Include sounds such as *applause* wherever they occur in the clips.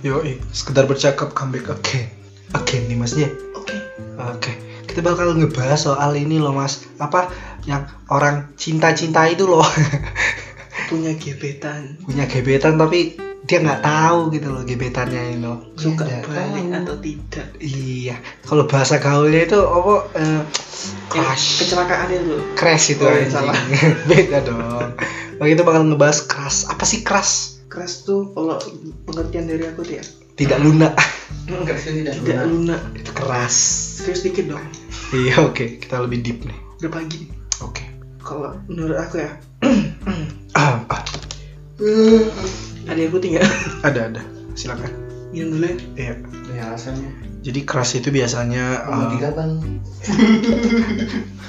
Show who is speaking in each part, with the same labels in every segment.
Speaker 1: Yo, sekedar bercakap comeback again. Again nih Mas ya.
Speaker 2: Oke.
Speaker 1: Oke. Kita bakal ngebahas soal ini loh Mas. Apa yang orang cinta-cinta itu loh. *laughs*
Speaker 2: Punya gebetan.
Speaker 1: Punya gebetan tapi dia nggak tahu gitu loh gebetannya ini loh.
Speaker 2: Suka
Speaker 1: Iya, Nggak
Speaker 2: balik
Speaker 1: tahu.
Speaker 2: atau tidak.
Speaker 1: Iya, kalau bahasa gaulnya itu apa? eh,
Speaker 2: Yang
Speaker 1: crash,
Speaker 2: Iya, Kecelakaan itu.
Speaker 1: crash itu
Speaker 2: Oh,
Speaker 1: anjing.
Speaker 2: salah.
Speaker 1: *laughs* Beda dong. Oke, kita bakal ngebahas crash. Apa sih crash?
Speaker 2: Keras tuh kalau pengertian dari aku tuh ya.
Speaker 1: Tidak lunak. *laughs*
Speaker 2: Enggak sih
Speaker 3: tidak
Speaker 1: Iya.
Speaker 2: Tidak lunak.
Speaker 1: Itu keras.
Speaker 2: Serius dikit dong.
Speaker 1: Iya, oke, kita lebih deep nih.
Speaker 2: Udah pagi.
Speaker 1: Oke. *clears throat*
Speaker 2: Kalau menurut aku
Speaker 1: *laughs*
Speaker 2: ya.
Speaker 1: Ah, ah,
Speaker 2: Ada aku tinggal.
Speaker 1: ada ada. Silakan.
Speaker 2: Minum dulu ya.
Speaker 1: Iya.
Speaker 3: Ya alasannya.
Speaker 1: Jadi crash itu biasanya eh,
Speaker 2: Oh, kan?
Speaker 3: Mau tiga bang.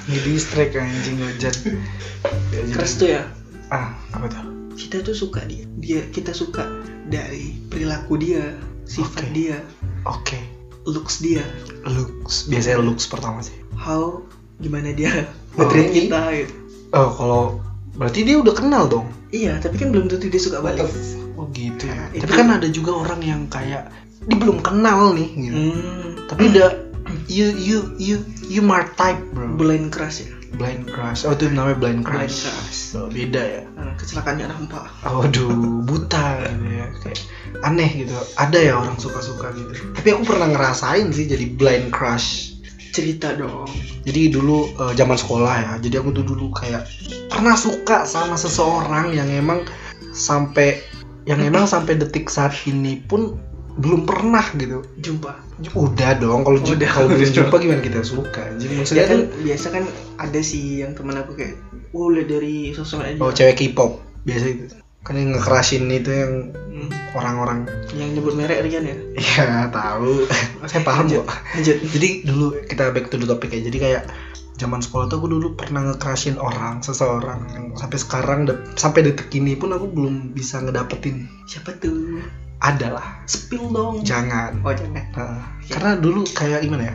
Speaker 1: di distrik anjing
Speaker 2: *laughs*
Speaker 1: ngejat. Ya, jadi-
Speaker 2: Keras tuh ya.
Speaker 1: Ah, apa tuh?
Speaker 2: Kita tuh suka dia. Dia kita suka dari perilaku dia, sifat
Speaker 1: Oke.
Speaker 2: dia,
Speaker 1: Oke.
Speaker 2: looks dia,
Speaker 1: Looks. Biasanya looks pertama sih.
Speaker 2: how gimana dia
Speaker 3: Oh,
Speaker 2: nge-treat
Speaker 3: ini.
Speaker 2: kita gitu.
Speaker 1: Oh, kalau berarti dia udah kenal dong.
Speaker 2: Iya, tapi kan belum tentu dia suka
Speaker 3: What
Speaker 2: balik.
Speaker 3: the f-
Speaker 1: Oh gitu ya.
Speaker 2: Nah,
Speaker 1: Tapi
Speaker 2: itu-
Speaker 1: kan ada juga orang yang kayak dia belum kenal nih gitu.
Speaker 2: Hmm,
Speaker 1: Tapi udah you you you you my type, bro.
Speaker 2: blind crush ya.
Speaker 1: Blind crush. Oh itu namanya blind crush.
Speaker 2: Blind crush.
Speaker 1: Oh, beda ya.
Speaker 2: Nah, kecelakaannya nampak.
Speaker 1: Aduh, buta gitu ya. Kayak aneh gitu. Ada ya orang suka-suka gitu. Tapi aku pernah ngerasain sih jadi blind crush.
Speaker 2: Cerita dong.
Speaker 1: Jadi dulu eh, zaman sekolah ya. Jadi aku tuh dulu kayak pernah suka sama seseorang yang emang sampai yang emang sampai detik saat ini pun belum pernah gitu
Speaker 2: Jumpa.
Speaker 1: udah dong kalau jumpa
Speaker 2: Udah,
Speaker 1: kalau belum
Speaker 2: udah.
Speaker 1: jumpa gimana kita suka jadi maksudnya
Speaker 2: Ya kan
Speaker 1: kan
Speaker 2: biasa kan ada sih yang teman aku kayak, "Oh, lihat dari sosok aja."
Speaker 1: oh cewek K-pop biasa itu kan yang ngekerasin itu yang
Speaker 2: Hmm,
Speaker 1: orang-orang *laughs*
Speaker 2: Yang nyebut merek Rian ya.
Speaker 1: ya tahu *laughs* saya paham
Speaker 2: Lanjut,
Speaker 1: kok
Speaker 2: Lanjut.
Speaker 1: jadi dulu kita back to the topic ya jadi kayak zaman sekolah tuh aku dulu pernah ngekerasin orang seseorang yang sampai sekarang de- sampai detik ini pun aku belum bisa ngedapetin
Speaker 2: Siapa tuh?
Speaker 1: adalah
Speaker 2: Spill dong.
Speaker 1: jangan
Speaker 2: Oh, jangan.
Speaker 1: Nah, karena dulu kayak gimana ya?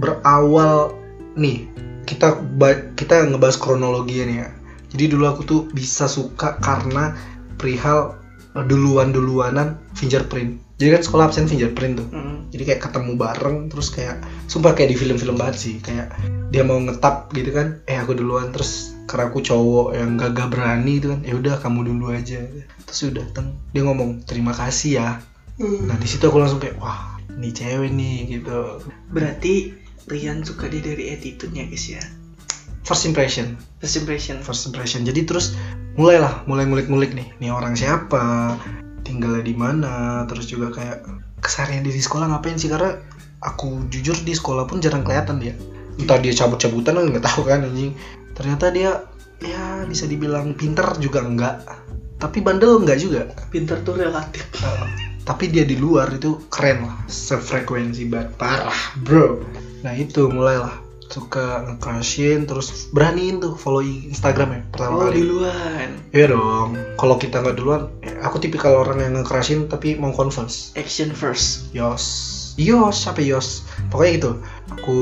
Speaker 1: Berawal nih kita ba- kita ngebahas kronologinya nih ya. Jadi dulu aku tuh bisa suka karena perihal eh, duluan-duluanan fingerprint. Jadi kan sekolah absen fingerprint tuh.
Speaker 2: Hmm.
Speaker 1: Jadi kayak ketemu bareng terus kayak sumpah kayak di film-film banget sih kayak dia mau ngetap gitu kan. Eh aku duluan terus karena aku cowok yang gagah berani gitu kan. Ya udah kamu dulu aja. Terus udah teng dia ngomong terima kasih ya Nah di situ aku langsung kayak wah ini cewek nih gitu.
Speaker 2: Berarti Rian suka dia dari attitude-nya, guys ya.
Speaker 1: First impression,
Speaker 2: First impression.
Speaker 1: first impression. Jadi terus mulailah mulai ngulik-ngulik nih, nih orang siapa, tinggalnya di mana, terus juga kayak keseharian dia di sekolah ngapain sih karena aku jujur di sekolah pun jarang kelihatan dia. Entah dia cabut-cabutan aku nggak tahu kan anjing. Ternyata dia ya bisa dibilang pinter juga enggak, tapi bandel enggak juga. Eh,
Speaker 2: Pinter tuh relatif.
Speaker 1: tapi dia di luar itu keren lah sefrekuensi banget parah bro nah itu mulailah suka nge-crushin terus beraniin tuh follow Instagram ya pertama
Speaker 2: Oh,
Speaker 1: kali
Speaker 2: duluan.
Speaker 1: iya dong kalau kita nggak duluan eh, aku tipikal orang yang nge-crushin tapi mau converse
Speaker 2: Action first.
Speaker 1: yos yos siapa yos pokoknya gitu aku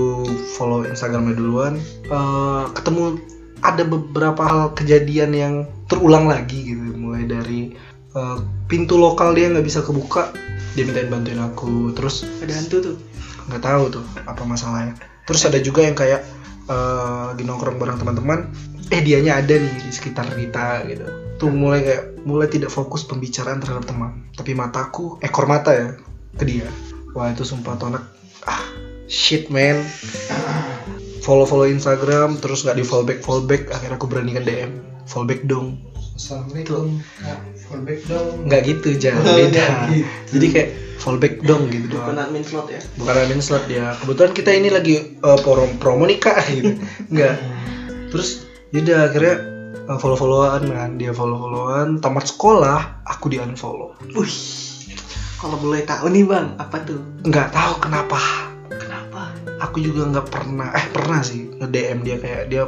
Speaker 1: follow Instagramnya duluan Eh, ketemu ada beberapa hal kejadian yang terulang lagi gitu mulai dari eh, pintu lokal dia nggak bisa kebuka dia mintain bantuin aku terus
Speaker 2: Ada hantu tuh.
Speaker 1: nggak tahu tuh apa masalahnya terus ada juga yang kayak eh di nongkrong bareng teman-teman eh dianya ada nih di sekitar kita gitu tuh mulai kayak mulai tidak fokus pembicaraan terhadap teman tapi mataku ekor mata ya ke dia wah itu sumpah tuh anak ah shit man follow follow Instagram terus nggak di follow back follow back akhirnya aku beranikan DM follow back dong
Speaker 3: Assalamualaikum. Kak, Fallback dong.
Speaker 1: nggak gitu jangan
Speaker 3: Oh,
Speaker 1: beda
Speaker 3: nggak gitu.
Speaker 1: jadi kayak follow back dong gitu doang
Speaker 2: Bukan admin slot ya.
Speaker 1: bukan admin slot dia kebetulan kita ini lagi eh, forum promo nikah *laughs* gitu enggak terus yaudah akhirnya follow followan kan dia follow followan tamat sekolah aku di unfollow
Speaker 2: Wih. Kalau boleh tahu nih, Bang, apa tuh?
Speaker 1: nggak tahu kenapa
Speaker 2: Kenapa?
Speaker 1: aku juga nggak pernah eh pernah sih nge DM dia kayak dia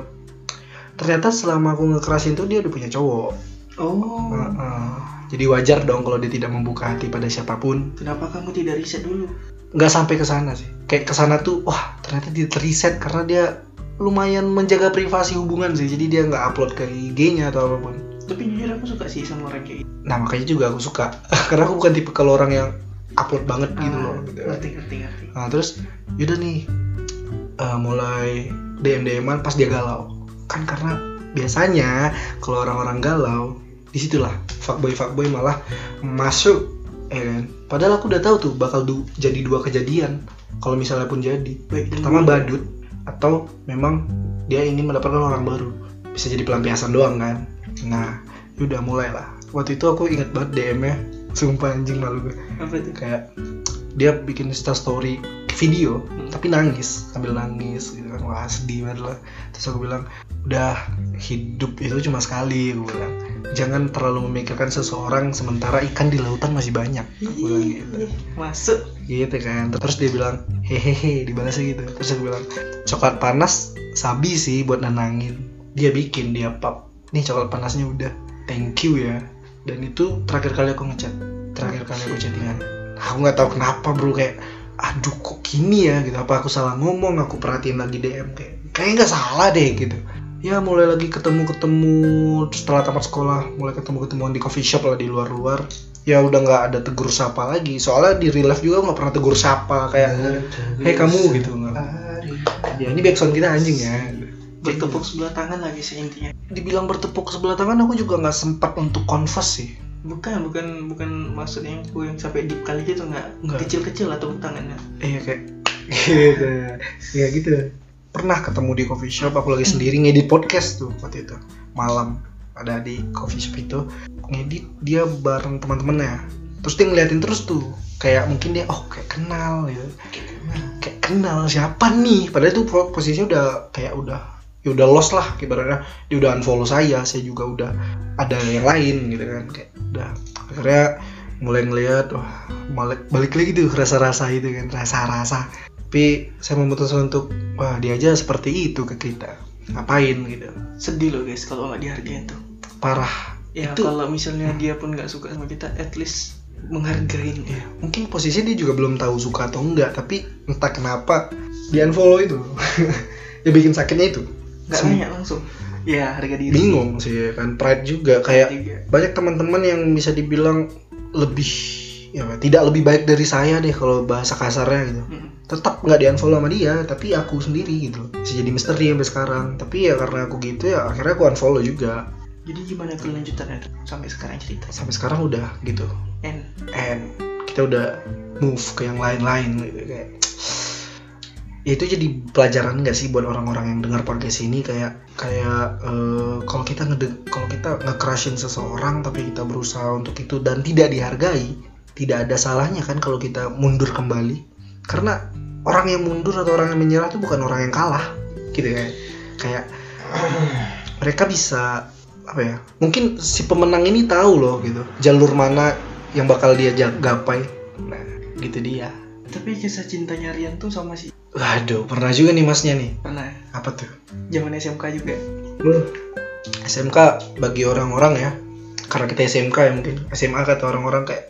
Speaker 1: ternyata selama aku ngekerasin tuh dia udah punya cowok
Speaker 2: Oh.
Speaker 1: Heeh. jadi wajar dong kalau dia tidak membuka hati pada siapapun
Speaker 2: Kenapa kamu tidak riset dulu?
Speaker 1: nggak sampai ke sana sih kayak ke sana tuh wah ternyata dia terriset karena dia lumayan menjaga privasi hubungan sih jadi dia nggak upload ke IG-nya atau apapun
Speaker 2: Tapi jujur aku suka sih sama orang kayak gitu.
Speaker 1: *laughs* nah makanya juga aku suka karena aku bukan tipe kalau orang yang upload banget gitu
Speaker 2: Ah,
Speaker 1: loh gitu.
Speaker 2: ngerti ngerti ngerti
Speaker 1: Nah terus yaudah nih eh, mulai DM DMan pas dia galau kan karena biasanya kalau orang-orang galau disitulah fuckboy fuckboy malah masuk ya kan padahal aku udah tahu tuh bakal du- jadi dua kejadian kalau misalnya pun jadi
Speaker 2: baik dan
Speaker 1: pertama
Speaker 2: buruk.
Speaker 1: badut atau memang dia ingin mendapatkan orang baru bisa jadi pelampiasan doang kan nah udah mulailah waktu itu aku ingat banget DM nya sumpah anjing malu gue
Speaker 2: apa tuh
Speaker 1: kayak dia bikin insta story video
Speaker 2: Hmm.
Speaker 1: tapi nangis sambil nangis gitu kan wah sedih banget lah terus aku bilang udah hidup itu cuma sekali aku bilang jangan terlalu memikirkan seseorang sementara ikan di lautan masih banyak aku bilang
Speaker 2: Ih,
Speaker 1: gitu
Speaker 2: Iya. masuk
Speaker 1: gitu kan terus dia bilang hehehe dibalasnya gitu terus aku bilang coklat panas sabi sih buat nenangin dia bikin dia pap nih coklat panasnya udah thank you ya dan itu terakhir kali aku ngechat terakhir kali aku chattingan aku nggak tahu kenapa bro kayak aduh kok gini ya gitu apa aku salah ngomong aku perhatiin lagi DM kayak kayaknya nggak salah deh gitu ya mulai lagi ketemu ketemu setelah tamat sekolah mulai ketemu ketemuan di coffee shop lah di luar luar ya udah nggak ada tegur sapa lagi soalnya di real life juga nggak pernah tegur sapa
Speaker 3: Iya.
Speaker 1: kayak hei kamu gitu nggak ya ini backsound kita anjing ya
Speaker 2: bertepuk sebelah tangan lagi sih intinya
Speaker 1: dibilang bertepuk sebelah tangan aku juga nggak sempat untuk confess sih
Speaker 2: bukan bukan bukan maksudnya yang yang sampai deep kali gitu nggak
Speaker 1: Nggak.
Speaker 2: kecil kecil atau tangannya
Speaker 1: iya kayak gitu ya gitu pernah ketemu di coffee shop aku lagi sendiri ngedit podcast tuh waktu itu malam ada di coffee shop itu ngedit dia bareng teman-temannya terus dia ngeliatin terus tuh kayak mungkin dia oh kayak kenal gitu kayak kenal siapa nih padahal itu pro- posisinya udah kayak udah ya udah lost lah ibaratnya dia udah unfollow saya saya juga udah ada yang lain gitu kan kayak udah akhirnya mulai ngelihat wah balik, balik lagi tuh rasa-rasa itu kan rasa-rasa tapi saya memutuskan untuk wah dia aja seperti itu ke kita ngapain gitu
Speaker 2: sedih loh guys kalau nggak dihargain tuh
Speaker 1: parah
Speaker 2: ya
Speaker 1: Itu-
Speaker 2: kalau misalnya dia pun nggak suka sama kita at least menghargain
Speaker 1: Iya.
Speaker 2: ya
Speaker 1: mungkin posisi dia juga belum tahu suka atau enggak tapi entah kenapa dia unfollow itu *laughs* ya bikin sakitnya itu
Speaker 2: nggak
Speaker 1: Sem-
Speaker 2: nanya langsung ya harga diri
Speaker 1: bingung sih kan pride juga kayak
Speaker 2: Tiga.
Speaker 1: banyak teman-teman yang bisa dibilang lebih ya tidak lebih baik dari saya deh kalau bahasa kasarnya gitu
Speaker 2: Mm.
Speaker 1: tetap nggak di unfollow sama dia tapi aku sendiri gitu bisa jadi misteri sampai sekarang tapi ya karena aku gitu ya akhirnya aku unfollow juga
Speaker 2: jadi gimana kelanjutannya tuh? sampai sekarang cerita
Speaker 1: sampai sekarang udah gitu
Speaker 2: and
Speaker 1: and kita udah move ke yang lain-lain gitu kayak ya itu jadi pelajaran nggak sih buat orang-orang yang dengar podcast ini kayak kayak eh, kalau kita ngede kalau kita nge-crushin seseorang tapi kita berusaha untuk itu dan tidak dihargai tidak ada salahnya kan kalau kita mundur kembali karena orang yang mundur atau orang yang menyerah itu bukan orang yang kalah gitu kan kayak mereka bisa apa ya mungkin si pemenang ini tahu loh gitu jalur mana yang bakal dia ja- gapai nah gitu dia
Speaker 2: tapi kisah cintanya Rian tuh sama si
Speaker 1: waduh pernah juga nih masnya nih
Speaker 2: pernah
Speaker 1: apa tuh
Speaker 2: zaman SMK juga
Speaker 1: SMK bagi orang-orang ya karena kita SMK ya mungkin SMA kata orang-orang kayak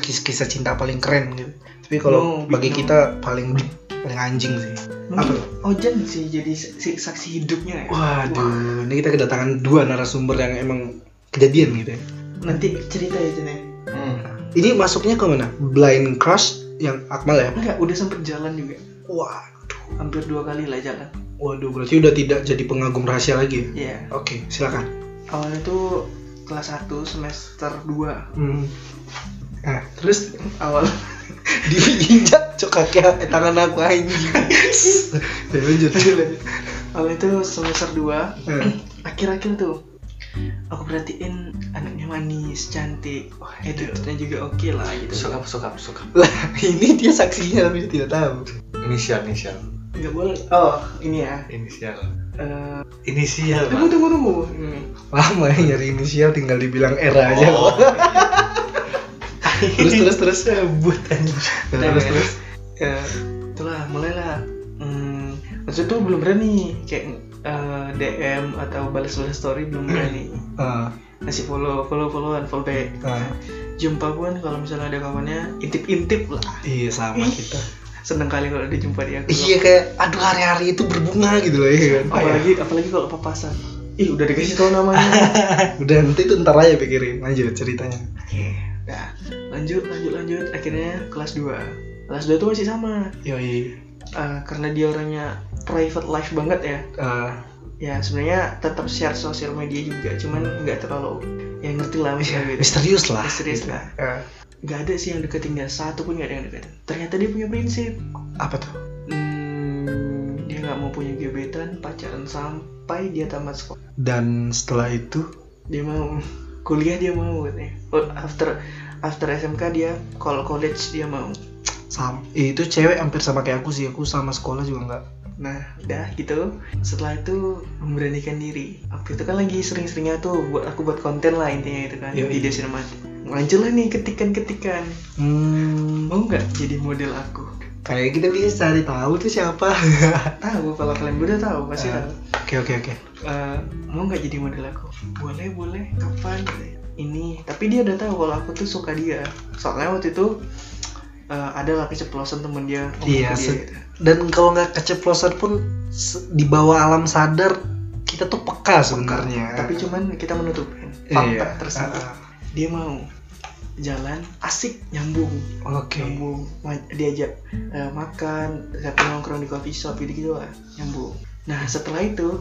Speaker 1: kis- kisah cinta paling keren gitu tapi kalau
Speaker 2: No,
Speaker 1: bagi
Speaker 2: no.
Speaker 1: kita paling paling anjing sih
Speaker 2: mungkin Ojan sih jadi si- saksi hidupnya ya
Speaker 1: waduh ini kita kedatangan dua narasumber yang emang kejadian gitu ya
Speaker 2: nanti cerita ya Jan ya
Speaker 3: Hmm.
Speaker 1: ini masuknya ke mana blind crush yang Akmal ya
Speaker 2: enggak udah sempet jalan juga
Speaker 1: wah
Speaker 2: hampir dua kali lah jalan
Speaker 1: waduh berarti udah tidak jadi pengagum rahasia lagi ya
Speaker 2: ya
Speaker 1: oke silakan
Speaker 2: awalnya tuh kelas 1 semester 2
Speaker 1: Hmm. Nah, terus
Speaker 2: awal
Speaker 1: diinjak cok kaki eh, tangan aku *laughs* anjing. Ya, lanjut.
Speaker 2: awal itu semester 2
Speaker 1: Eh,
Speaker 2: akhir-akhir tuh aku perhatiin anaknya manis cantik wah attitude-nya juga oke lah gitu
Speaker 3: Sokap, sokap, sokap.
Speaker 1: Lah, ini dia saksinya tapi dia tidak tahu.
Speaker 3: Inisial, inisial,
Speaker 2: nggak boleh oh ini ya
Speaker 3: inisial.
Speaker 2: Eh,
Speaker 3: Inisial.
Speaker 2: tunggu tunggu tunggu ini
Speaker 1: Lama ya nyari inisial tinggal dibilang era aja.
Speaker 3: Oh.
Speaker 1: terus terus terus eh, buat anjing. Nah, terus terus.
Speaker 2: ya Iya, itulah mulailah hmm, maksudnya tuh belum berani kayak eh, DM atau balas-balas story
Speaker 1: *clears throat*
Speaker 2: belum berani
Speaker 1: Ah,
Speaker 2: ngasih follow follow followan follow back
Speaker 1: ah.
Speaker 2: jumpa pun kalau misalnya ada kawannya intip-intip lah
Speaker 1: Iya sama kita.
Speaker 2: seneng kali kalau ada jumpa dia
Speaker 1: Iya kayak aduh hari-hari itu berbunga gitu loh ya kan.
Speaker 2: apalagi apalagi kalau papasan
Speaker 1: Iya. *laughs*
Speaker 2: ih udah dikasih tau namanya
Speaker 1: Udah nanti itu ntar aja pikirin lanjut ceritanya.
Speaker 2: Oke. Nah, lanjut, lanjut, lanjut. Akhirnya kelas 2. Kelas 2 tuh masih sama.
Speaker 1: Yoi.
Speaker 2: Eh, karena dia orangnya private life banget ya.
Speaker 1: Eh,
Speaker 2: Ya, sebenarnya tetap share sosial media juga, cuman nggak terlalu ya ngerti
Speaker 1: Iya,
Speaker 2: lah misalnya *laughs* gitu.
Speaker 1: misterius lah.
Speaker 2: Misterius lah.
Speaker 1: Eh,
Speaker 2: Nggak ada sih yang deketin dia, satu pun nggak ada yang deketin. Ternyata dia punya prinsip.
Speaker 1: apa tuh?
Speaker 2: Hmm, dia nggak mau punya gebetan, pacaran sampai dia tamat sekolah.
Speaker 1: Dan setelah itu
Speaker 2: dia mau kuliah dia mau katanya. Oh, after after SMK dia kalau college dia mau
Speaker 1: sam eh, itu cewek hampir sama kayak aku sih. Aku sama sekolah juga nggak.
Speaker 2: nah udah gitu setelah itu memberanikan diri waktu itu kan lagi sering-seringnya tuh buat aku buat konten lah intinya itu kan
Speaker 1: Yoi.
Speaker 2: video sinematik lanjut lah nih ketikan-ketikan
Speaker 1: Hmm,
Speaker 2: mau nggak jadi model aku
Speaker 1: kayak kita bisa cari tahu tuh siapa. *laughs*
Speaker 2: tahu kalau kalian udah tahu pasti
Speaker 1: Eh,
Speaker 2: tahu
Speaker 1: Oke oke oke.
Speaker 2: Eh, mau nggak jadi model aku boleh boleh kapan ini tapi dia udah tahu kalau aku tuh suka dia soalnya waktu itu eh, ada lah keceplosan temen dia ngomong ke
Speaker 1: Iya,
Speaker 2: dia
Speaker 1: se-
Speaker 2: gitu.
Speaker 1: Dan kalau nggak keceplosan pun se- di bawah alam sadar kita tuh peka sebenarnya.
Speaker 2: tapi cuman kita menutupin fakta
Speaker 1: Ah. iya.
Speaker 2: tersebut
Speaker 1: Ah,
Speaker 2: dia mau jalan asik nyambung
Speaker 1: ah. Oke.
Speaker 2: nyambung Ma- diajak eh, makan siapa nongkrong di coffee shop gitu gitu lah nyambung nah setelah itu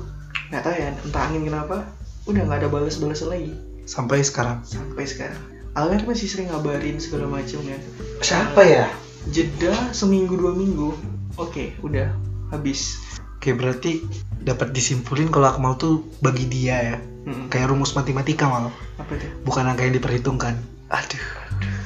Speaker 2: nggak tahu ya entah angin kenapa udah nggak ada balas-balasan lagi
Speaker 1: Sampai sekarang.
Speaker 2: sampai sekarang Almer masih sering ngabarin segala macam ya
Speaker 1: Siapa ya?
Speaker 2: jeda seminggu dua minggu oke udah habis
Speaker 1: Oke berarti dapat disimpulin kalau Akmal tuh bagi dia ya
Speaker 2: Mm-mm.
Speaker 1: kayak rumus matematika malah
Speaker 2: Hmm, apa tuh
Speaker 1: bukan angka yang diperhitungkan
Speaker 2: aduh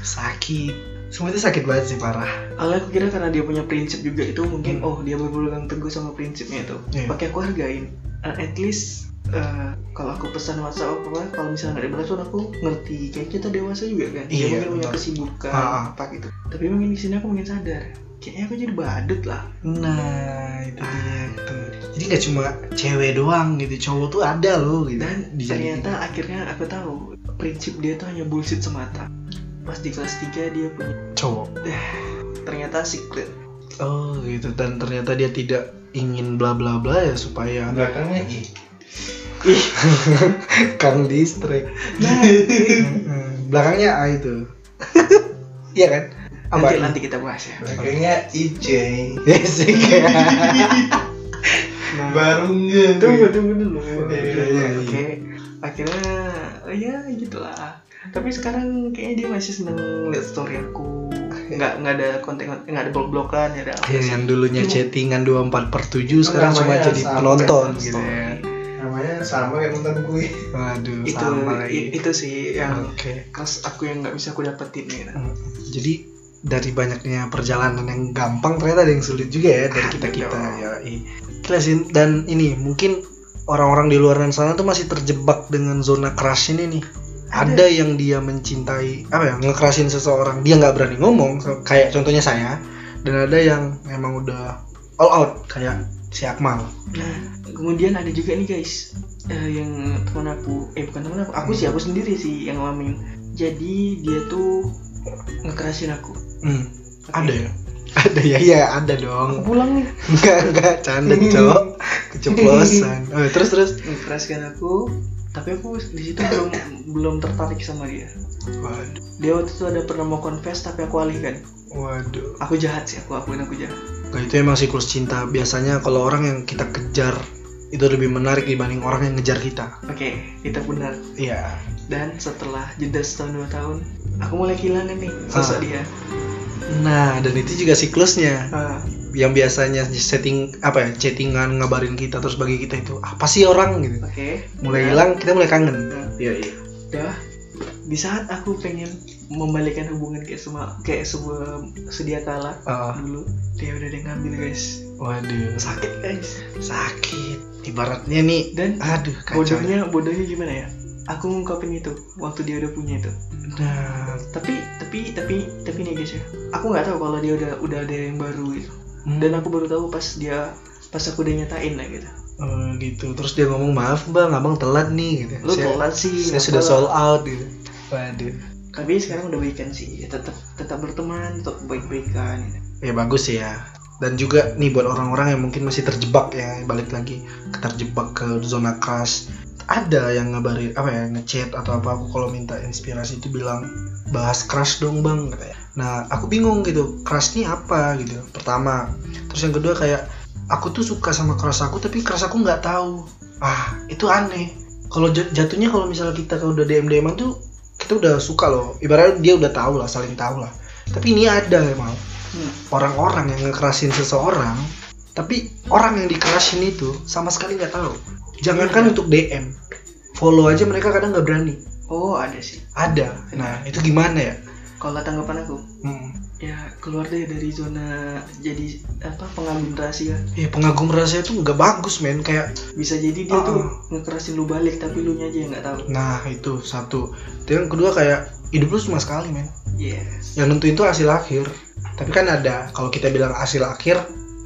Speaker 1: sakit semuanya sakit banget sih parah
Speaker 2: Almer aku kira karena dia punya prinsip juga itu mungkin
Speaker 1: Hmm.
Speaker 2: oh dia berpegang teguh sama prinsipnya itu
Speaker 1: Iya.
Speaker 2: pakai aku hargain Uh, at least uh, kalau aku pesan WhatsApp apa apa, kalau misalnya nggak dibalas pun aku ngerti kayak kita dewasa juga kan
Speaker 1: Iya,
Speaker 2: dia mungkin punya
Speaker 1: betul.
Speaker 2: kesibukan
Speaker 1: Ah, ah.
Speaker 2: apa gitu tapi mungkin di sini aku mungkin sadar kayaknya aku jadi badut lah
Speaker 1: nah itu dia tuh jadi nggak cuma cewek doang gitu cowok tuh ada loh gitu
Speaker 2: dan
Speaker 1: Dijadiin.
Speaker 2: ternyata akhirnya aku tahu prinsip dia tuh hanya bullshit semata pas di kelas 3 dia punya
Speaker 1: cowok
Speaker 2: ternyata secret
Speaker 1: oh gitu dan ternyata dia tidak ingin bla bla bla ya
Speaker 2: *laughs*
Speaker 1: supaya
Speaker 3: Belakangnya I.
Speaker 1: kang distrik
Speaker 2: *laughs*
Speaker 1: belakangnya A itu *laughs* iya kan apa *laughs*
Speaker 2: ah,
Speaker 1: Iya
Speaker 2: nanti, nanti kita bahas ya
Speaker 3: Belakangnya IJ.
Speaker 1: Basic
Speaker 2: *laughs*
Speaker 1: ya. Nah.
Speaker 3: Baru enggak.
Speaker 2: tunggu tunggu dulu
Speaker 3: Iya, iya, iya.
Speaker 2: oke akhirnya ya gitulah tapi sekarang kayaknya dia masih seneng lihat story aku nggak nggak ada konten nggak ada blok blokan ya
Speaker 3: Iya,
Speaker 2: ada apa
Speaker 1: Ya,
Speaker 2: sih.
Speaker 1: *laughs* yang dulunya chattingan 24 per 7
Speaker 3: Itu
Speaker 1: sekarang cuma
Speaker 3: namanya
Speaker 1: jadi
Speaker 3: sampai
Speaker 1: penonton
Speaker 3: story.
Speaker 1: gitu ya
Speaker 3: Namanya sama kayak nonton kui.
Speaker 1: Waduh
Speaker 2: itu
Speaker 1: sama
Speaker 2: i-
Speaker 1: lagi
Speaker 2: itu sih
Speaker 3: Iya.
Speaker 2: yang
Speaker 1: Oke
Speaker 2: kelas aku yang nggak bisa aku dapetin gitu.
Speaker 1: Jadi dari banyaknya perjalanan yang gampang ternyata ada yang sulit juga ya dari
Speaker 2: Ada
Speaker 1: kita-kita
Speaker 2: dong.
Speaker 1: ya Gila sih dan ini mungkin orang-orang di luar sana tuh masih terjebak dengan zona crush ini nih ada yang dia mencintai apa ya ngecrushin seseorang dia nggak berani ngomong so- kayak contohnya saya dan ada yang memang udah all out kayak si Akmal
Speaker 2: Nah, kemudian ada juga nih guys eh, yang teman aku, eh bukan teman aku, aku sih aku sendiri sih yang ngalamin. Jadi dia tuh ngekerasin aku.
Speaker 1: Hmm, ada ya? *laughs* Ada ya, iya ada
Speaker 2: Aku
Speaker 1: dong. *laughs*
Speaker 2: pulang nih
Speaker 1: Enggak, enggak, canda cowok. Keceplosan. Oh, terus terus.
Speaker 2: ngekeraskan kan aku, tapi aku di situ belum belum tertarik sama dia.
Speaker 1: Waduh,
Speaker 2: Dia waktu itu ada pernah mau confess tapi aku alihkan.
Speaker 1: waduh.
Speaker 2: Aku jahat sih, aku akuin aku jahat.
Speaker 1: Nah, itu emang siklus cinta. Biasanya kalau orang yang kita kejar itu lebih menarik dibanding orang yang ngejar kita.
Speaker 2: Oke, kita benar.
Speaker 1: Iya.
Speaker 2: Dan setelah jeda setahun dua tahun, aku mulai kehilangan nih
Speaker 1: Ah.
Speaker 2: sosok dia.
Speaker 1: Nah, dan itu juga siklusnya.
Speaker 2: Ah,
Speaker 1: Yang biasanya setting apa ya, chattingan ngabarin kita terus bagi kita itu apa sih orang gitu.
Speaker 2: Oke.
Speaker 1: Mulai
Speaker 2: Nah,
Speaker 1: hilang, kita mulai kangen.
Speaker 2: nah,
Speaker 1: Iya, iya.
Speaker 2: udah di saat aku pengen membalikkan hubungan kayak semua kayak sebuah sedia kala dulu dia udah ada yang ngambil guys
Speaker 1: Ah, waduh,
Speaker 2: sakit guys
Speaker 1: sakit. Ibaratnya nih,
Speaker 2: dan
Speaker 1: aduh kacau.
Speaker 2: bodohnya bodohnya gimana ya aku ngungkapin itu waktu dia udah punya itu
Speaker 1: Nah,
Speaker 2: tapi tapi tapi tapi nih guys ya aku nggak tahu kalau dia udah udah ada yang baru gitu dan aku baru tahu pas dia pas aku udah nyatain lah gitu
Speaker 1: Oh, gitu terus dia ngomong maaf bang abang telat nih gitu
Speaker 2: lu
Speaker 1: saya,
Speaker 2: telat Iya, sih
Speaker 1: saya
Speaker 2: nggak
Speaker 1: sudah
Speaker 2: apa-apa."
Speaker 1: sold out gitu waduh
Speaker 2: tapi sekarang udah baikan sih ya, tetap tetap berteman tetap baik-baikan gitu.
Speaker 1: ya bagus sih ya dan juga nih buat orang-orang yang mungkin masih terjebak ya balik lagi terjebak ke zona crush ada yang ngabarin apa ya ngechat atau apa aku kalau minta inspirasi itu bilang bahas crush dong bang katanya. Nah aku bingung gitu crush ini apa gitu pertama terus yang kedua kayak aku tuh suka sama crush aku tapi crush aku nggak tahu ah itu aneh kalau jat- jatuhnya kalau misalnya kita kalau udah DM DM tuh kita udah suka loh ibaratnya dia udah tahu lah saling tahu lah tapi ini ada emang
Speaker 2: Hmm.
Speaker 1: orang-orang yang ngekerasin seseorang tapi orang yang dikerasin itu sama sekali nggak tahu jangankan untuk DM follow aja mereka kadang nggak berani
Speaker 2: Oh ada sih.
Speaker 1: ada nah itu gimana ya
Speaker 2: Kalau tanggapan aku,
Speaker 1: hmm.
Speaker 2: ya keluar deh dari zona jadi apa pengagum rahasia.
Speaker 1: eh, pengagum rahasia itu nggak bagus men kayak
Speaker 2: Bisa jadi dia
Speaker 1: Ah,
Speaker 2: tuh ngekerasin lu balik tapi lu nya aja yang nggak tahu.
Speaker 1: nah itu satu dan yang kedua kayak hidup lu cuma sekali men
Speaker 2: Yes.
Speaker 1: yang tentu itu hasil akhir tapi kan ada kalau kita bilang hasil akhir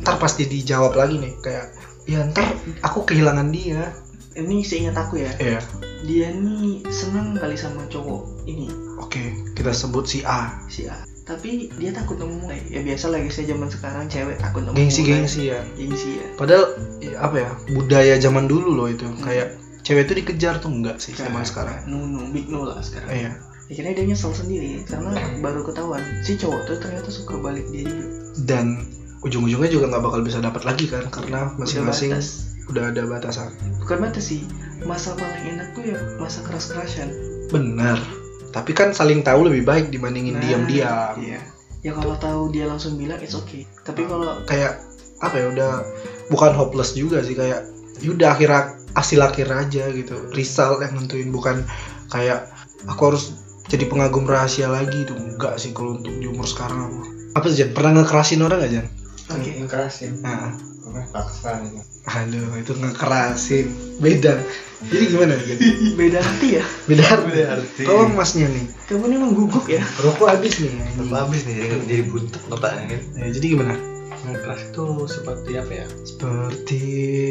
Speaker 1: ntar pasti dijawab lagi nih kayak ya ntar aku kehilangan dia
Speaker 2: Ini seingat aku ya,
Speaker 1: iya
Speaker 2: dia nih seneng kali sama cowok ini
Speaker 1: oke kita sebut si A
Speaker 2: si A. Tapi dia takut nemu mulai. Ya biasa lagi saya zaman sekarang cewek takut nemu
Speaker 1: gengsi
Speaker 2: mulai.
Speaker 1: gengsi ya
Speaker 2: Gengsi ya.
Speaker 1: padahal i- apa ya budaya zaman dulu loh itu
Speaker 2: Hmm.
Speaker 1: kayak cewek itu dikejar tuh enggak sih zaman sekarang
Speaker 2: No, no, big no lah sekarang.
Speaker 1: iya
Speaker 2: Akhirnya dia nyesel sendiri karena baru ketahuan si cowok tuh ternyata suka balik dia juga.
Speaker 1: dan ujung-ujungnya juga nggak bakal bisa dapat lagi kan karena
Speaker 2: Udah
Speaker 1: masing-masing
Speaker 2: batas.
Speaker 1: udah ada batasan
Speaker 2: Bukan batas sih. Masa paling enak tuh ya masa keras-kerasan.
Speaker 1: benar tapi kan saling tahu lebih baik dibandingin
Speaker 2: Nah,
Speaker 1: diam-diam
Speaker 2: Iya. Ya kalau tahu dia langsung bilang it's okay. Tapi kalau
Speaker 1: kayak apa ya udah bukan hopeless juga sih kayak ya udah akhir hasil akhir aja gitu result yang nentuin bukan kayak aku harus jadi pengagum rahasia lagi itu enggak sih kalau untuk di umur sekarang aku apa sih Jan? pernah ngekerasin orang gak Jan?
Speaker 2: oke
Speaker 3: Yang keras ya.
Speaker 1: Nah,
Speaker 3: Pokoknya paksa nih.
Speaker 1: aduh itu ngekerasin beda jadi gimana Jan?
Speaker 2: beda hati ya.
Speaker 1: beda
Speaker 3: Beda arti.
Speaker 1: tolong masnya nih
Speaker 2: Kamu ini emang gugup ya.
Speaker 1: rokok habis nih
Speaker 4: Tetap habis nih jadi jadi butek otaknya kan.
Speaker 1: Ya, jadi gimana
Speaker 4: Ngekras itu seperti apa ya?
Speaker 1: seperti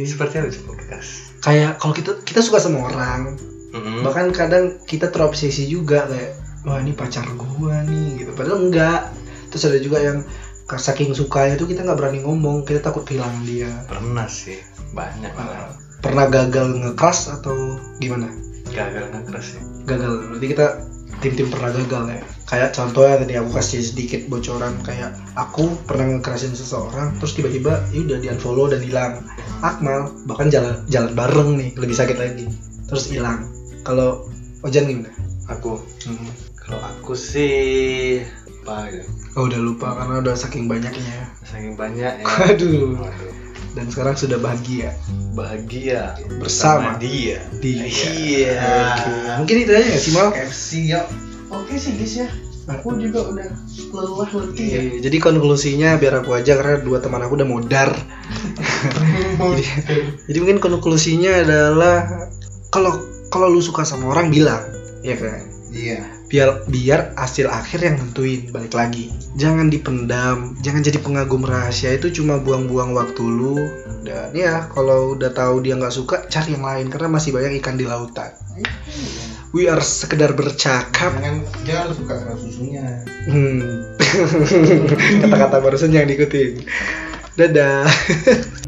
Speaker 4: Seperti apa sih ngekras?
Speaker 1: kayak kalau kita kita suka sama orang
Speaker 3: Hmm.
Speaker 4: Mm-mm.
Speaker 1: bahkan kadang kita terobsesi juga kayak wah ini pacar gua nih gitu padahal enggak terus ada juga yang ka- saking sukanya itu kita nggak berani ngomong kita takut kehilangan dia
Speaker 4: Pernah sih banyak malah.
Speaker 1: pernah gagal ngekeras atau gimana
Speaker 4: gagal ngekras sih.
Speaker 1: gagal berarti kita tim-tim pernah gagal ya kayak contohnya tadi aku kasih sedikit bocoran kayak aku pernah ngekerasin seseorang terus tiba-tiba ya udah di unfollow dan hilang Akmal bahkan jalan jalan bareng nih lebih sakit lagi terus hilang kalau Ojan gimana?
Speaker 4: Aku kalau aku sih apa gitu.
Speaker 1: Oh udah lupa karena udah saking banyaknya ya.
Speaker 4: Saking banyak *laughs* ya.
Speaker 1: Aduh.
Speaker 4: Waduh.
Speaker 1: Dan sekarang sudah bahagia
Speaker 4: Bahagia sama
Speaker 1: Bersama.
Speaker 4: dia.
Speaker 1: di.
Speaker 4: Iya.
Speaker 1: Oke. Mungkin itu aja ya sih Mal.
Speaker 3: FC yuk.
Speaker 2: Oke sih guys ya.
Speaker 1: Nah.
Speaker 2: Aku juga udah lelah letih ya.
Speaker 1: Iya, Jadi konklusinya biar aku aja karena dua teman aku udah modar. jadi, jadi mungkin konklusinya adalah kalau kalau lu suka sama orang bilang, ya kan.
Speaker 3: Iya.
Speaker 1: biar biar hasil akhir yang nentuin balik lagi jangan dipendam jangan jadi pengagum rahasia itu cuma buang-buang waktu lu dan ya kalau udah tahu dia nggak suka cari yang lain karena masih banyak ikan di lautan we are sekedar bercakap
Speaker 3: Jangan jangan suka keras susunya.
Speaker 1: *laughs* Hmm. kata-kata barusan yang diikutin dadah